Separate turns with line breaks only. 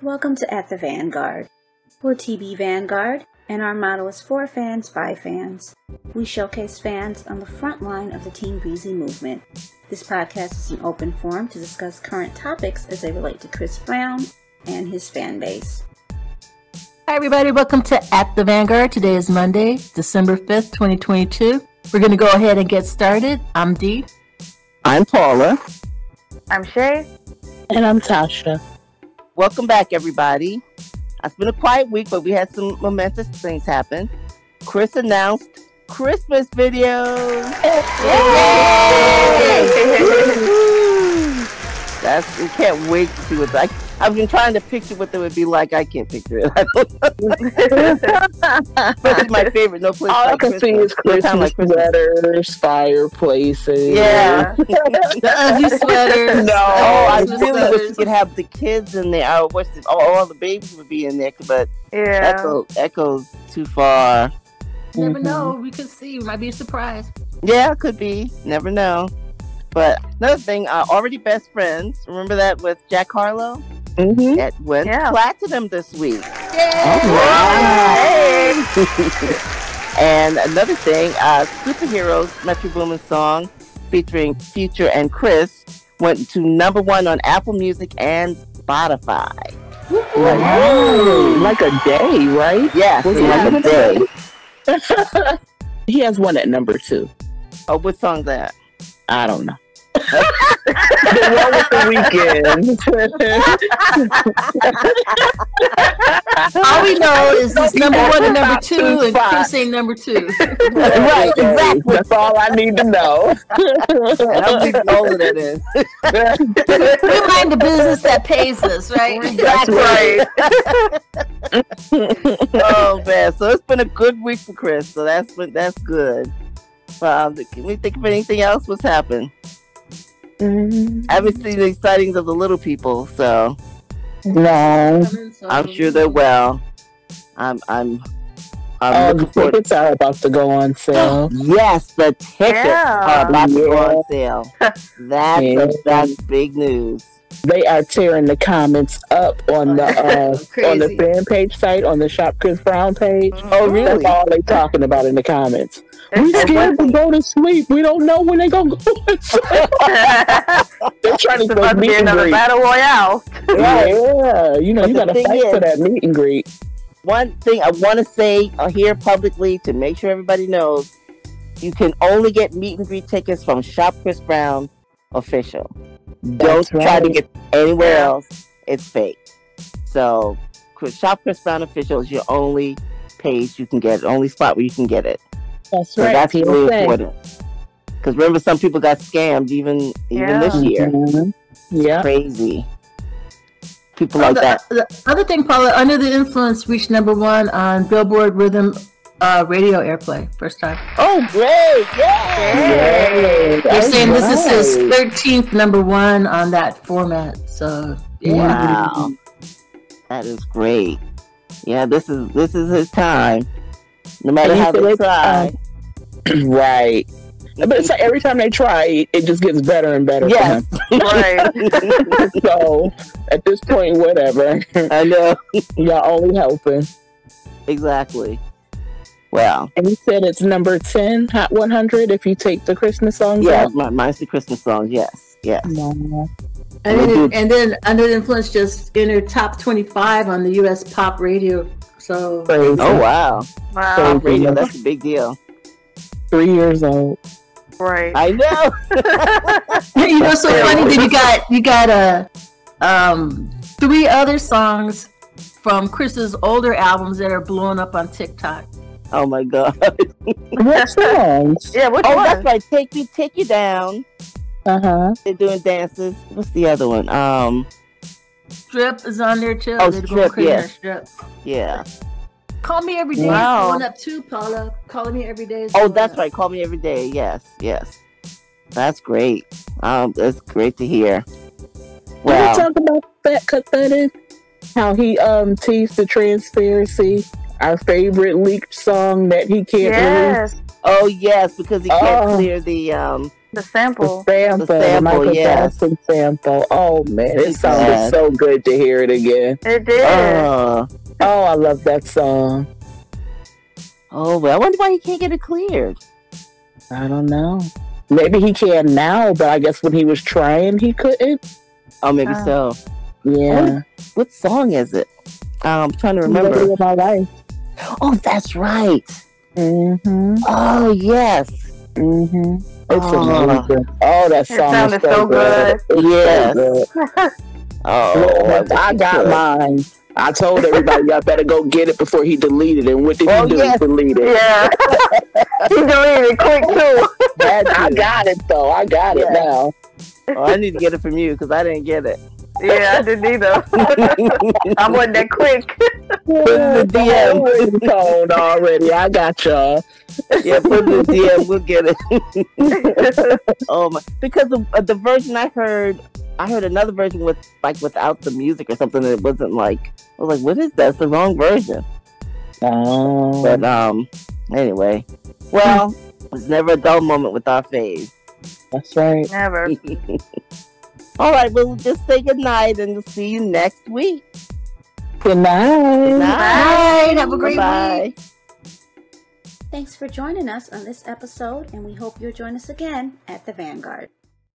Welcome to At the Vanguard. We're TB Vanguard, and our motto is for fans by fans. We showcase fans on the front line of the Team Breezy movement. This podcast is an open forum to discuss current topics as they relate to Chris Brown and his fan base.
Hi, everybody. Welcome to At the Vanguard. Today is Monday, December 5th, 2022. We're going to go ahead and get started. I'm Dee.
I'm Paula.
I'm Shay.
And I'm Tasha.
Welcome back, everybody. It's been a quiet week, but we had some momentous things happen. Chris announced Christmas videos. Woo-hoo. That's we can't wait to see what I. I've been trying to picture what they would be like. I can't picture it. I don't know. but it's my favorite. No place
All I
like
can see is
Christmas. No time
Christmas letters, fireplaces.
Yeah.
The ugly sweaters.
No, I
Christmas
really wish
sweaters.
you could have the kids in there. I wish that all, all the babies would be in there, but
Yeah.
Echo echoes too far.
You never
Mhm.
know. We could see. We might be surprised.
Yeah, could be. Never know. But another thing, uh, already best friends. Remember that with Jack Harlow?
Mm-hmm.
That went
Yeah.
platinum this week.
Wow.
and another thing, uh, superheroes Metro Boomin song featuring Future and Chris went to number one on Apple Music and Spotify.
Like, like a day, right?
Yes,
Was
it
it
was a
number
day.
He has one at number two.
Oh, what song's that?
I don't know. the one with the
All Oh, we know is it's number one and number
Top two
two, and
spots.
Chris ain't number two.
weekend. right, exactly. That's all I need to know.
And I'm big older than this.
We mind the business that pays us, right?
That's right. oh man, so it's been a good week for Chris. So that's been- that's good. Well, can we think of anything else? What's happened?
Mm-hmm.
I haven't seen the sightings of the little people, so
No.
I'm sure they're well. I'm I'm
Oh,
I'm
Um,
the
looking forward.
tickets are about to go on sale.
Yes, the tickets
Yeah.
are about to go on sale. That's
Yeah.
that's big news.
they are tearing the comments up on the uh, on the
Crazy.
fan page site on the Shop Chris Brown page.
Oh
That's all they talking about in the comments. We scared to go to sleep. We don't know when they gonna go. to sleep. They're trying
It's
to
about
go
to be
meet and
another
greet.
battle royale.
Yeah, yeah, you know
But
you
the
gotta
thing
fight
is-
for that meet and greet.
one thing I want to say uh, here publicly to make sure everybody knows you can only get meet and greet tickets from Shop Chris Brown official.
That's
Don't try to
right.
get anywhere
Yeah.
else. It's fake. So Chris- Shop Chris Brown official is your only page you can get, only spot where you can get it.
That's
So
right.
that's
People
really
say.
important. Because remember, some people got scammed even even
Yeah.
this year.
Mhm.
Mm-hmm.
Yeah.
Crazy people like
the,
that.
the other thing, Paula, Under the Influence reached number one on Billboard Rhythm uh, Radio Airplay, first time.
Oh, great!
Yeah.
Yeah.
Yay,
They're
that's
saying this is his
right.
13th number one on that format. So, yeah.
Wow. That is great. Yeah, this is this is his time. No matter
And you
how
feel
they
like,
try.
right. uh, But it's like every time they try, it- it just gets better and better. for
yes.
Right.
them. so at this point, whatever.
I know.
Y'all only helping.
Exactly. Wow.
And you said it's number 10, Hot 100, if you take the Christmas songs
Yeah,
out.
my, mine's the Christmas song, yes. Yeah.
And
We'll
then,
do-
and then Under the Influence just entered top 25 on the U.S. pop radio. So,
Crazy.
Oh wow.
Wow.
Radio, that's a big deal.
Three years old.
Right.
I know.
you know, so funny that you got you got a um, three other songs from Chris's older albums that are blowing up on TikTok.
Oh my god.
What songs?
Yeah. Which
Oh
one?
that's right. Take me, take you down.
Uh huh.
They're doing dances. What's the other one? Um
Strip is on there too.
Oh,
They're going
Strip,
crazy on
yes.
Strip.
yeah.
Call me every day. is
Wow.
Blowing up too, Paula. Calling me every day. is
Oh,
blowing
that's
up.
right. Call me every day. Yes, yes. That's great. Um, that's great to hear.
Wow.
Wow.
talk about that? Cut that in. How he um teased the transparency, our favorite leaked song that he can't release.
Yes.
Oh yes, because he can't
Oh.
clear the um
The sample.
Sample,
The sample,
Michael
yes.
Jackson sample. Oh man, it
It's
sounded
bad.
so good to hear it again.
It did.
Uh,
Oh, I love that song.
oh, well, I wonder why he can't get it cleared.
I don't know. Maybe he can now, but I guess when he was trying, he couldn't.
Oh, maybe
Uh.
so.
Yeah,
What song is it? Um, I'm trying to
Literally
remember.
my life.
Oh, that's right.
Mm-hmm.
Oh, yes.
Mm-hmm. It's
Oh.
amazing. Oh, that
It
song
sounded
is so,
so
good. It's
Yes.
good.
Oh,
I got mine. I told everybody y'all better go get it before he deleted it. And what did
Oh,
he do?
yes.
He deleted it.
yeah. he deleted it quick too.
I got it though. I got
Yes.
it now.
Oh, I need to get it from you because I didn't get it.
Yeah, I didn't either. I wasn't that quick.
in the DM.
Tone already. I got y'all.
yeah, put it in the DM. We'll get it. Oh my! Because the uh, the version I heard, I heard another version with like without the music or something, and it wasn't like I was like, "What is that? It's the wrong version."
Oh,
But um, anyway, well, it's never a dull moment with our fave.
that's right.
Never.
All right, well, just say goodnight and we'll see you next week.
Good night.
Bye. Have a great
Bye.
week.
Thanks for joining us on this episode, and we hope you'll join us again at the Vanguard.